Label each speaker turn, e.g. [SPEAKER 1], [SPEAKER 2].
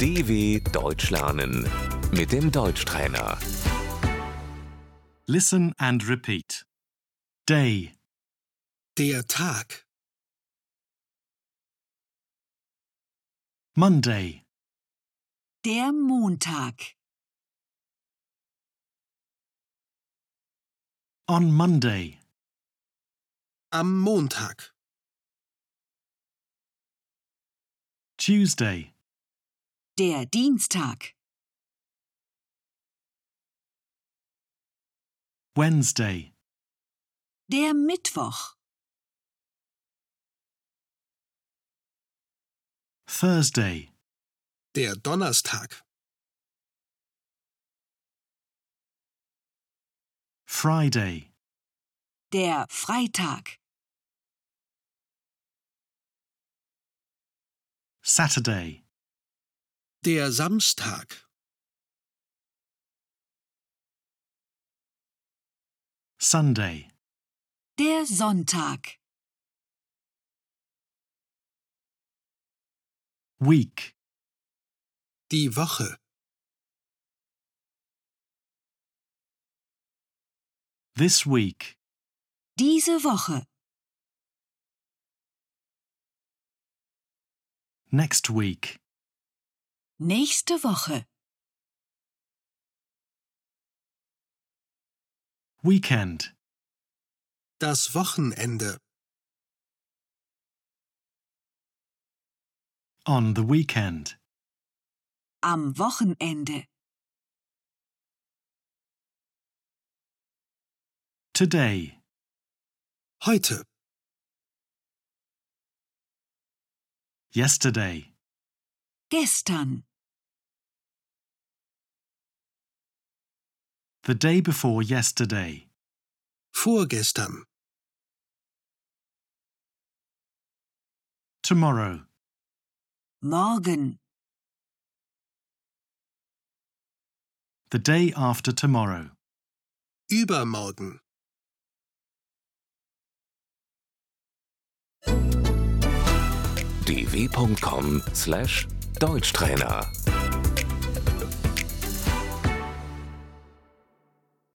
[SPEAKER 1] DW Deutsch lernen mit dem Deutschtrainer.
[SPEAKER 2] Listen and repeat. Day,
[SPEAKER 3] Der Tag.
[SPEAKER 2] Monday,
[SPEAKER 4] Der Montag.
[SPEAKER 2] on Monday,
[SPEAKER 3] Am Montag.
[SPEAKER 2] Tuesday,
[SPEAKER 4] Der Dienstag.
[SPEAKER 2] Wednesday,
[SPEAKER 4] Der Mittwoch.
[SPEAKER 2] Thursday,
[SPEAKER 3] Der Donnerstag.
[SPEAKER 2] Friday,
[SPEAKER 4] Der Freitag.
[SPEAKER 2] Saturday,
[SPEAKER 3] Der Samstag.
[SPEAKER 2] Sunday,
[SPEAKER 4] Der Sonntag.
[SPEAKER 2] week,
[SPEAKER 3] Die Woche.
[SPEAKER 2] this week,
[SPEAKER 4] Diese Woche.
[SPEAKER 2] next week,
[SPEAKER 4] Nächste Woche.
[SPEAKER 2] weekend,
[SPEAKER 3] Das Wochenende.
[SPEAKER 2] on the weekend,
[SPEAKER 4] Am Wochenende.
[SPEAKER 2] today,
[SPEAKER 3] Heute.
[SPEAKER 2] yesterday,
[SPEAKER 4] Gestern.
[SPEAKER 2] the day before yesterday,
[SPEAKER 3] Vorgestern.
[SPEAKER 2] tomorrow,
[SPEAKER 4] Morgen.
[SPEAKER 2] the day after tomorrow,
[SPEAKER 3] Übermorgen.
[SPEAKER 1] dw.com/deutschtrainer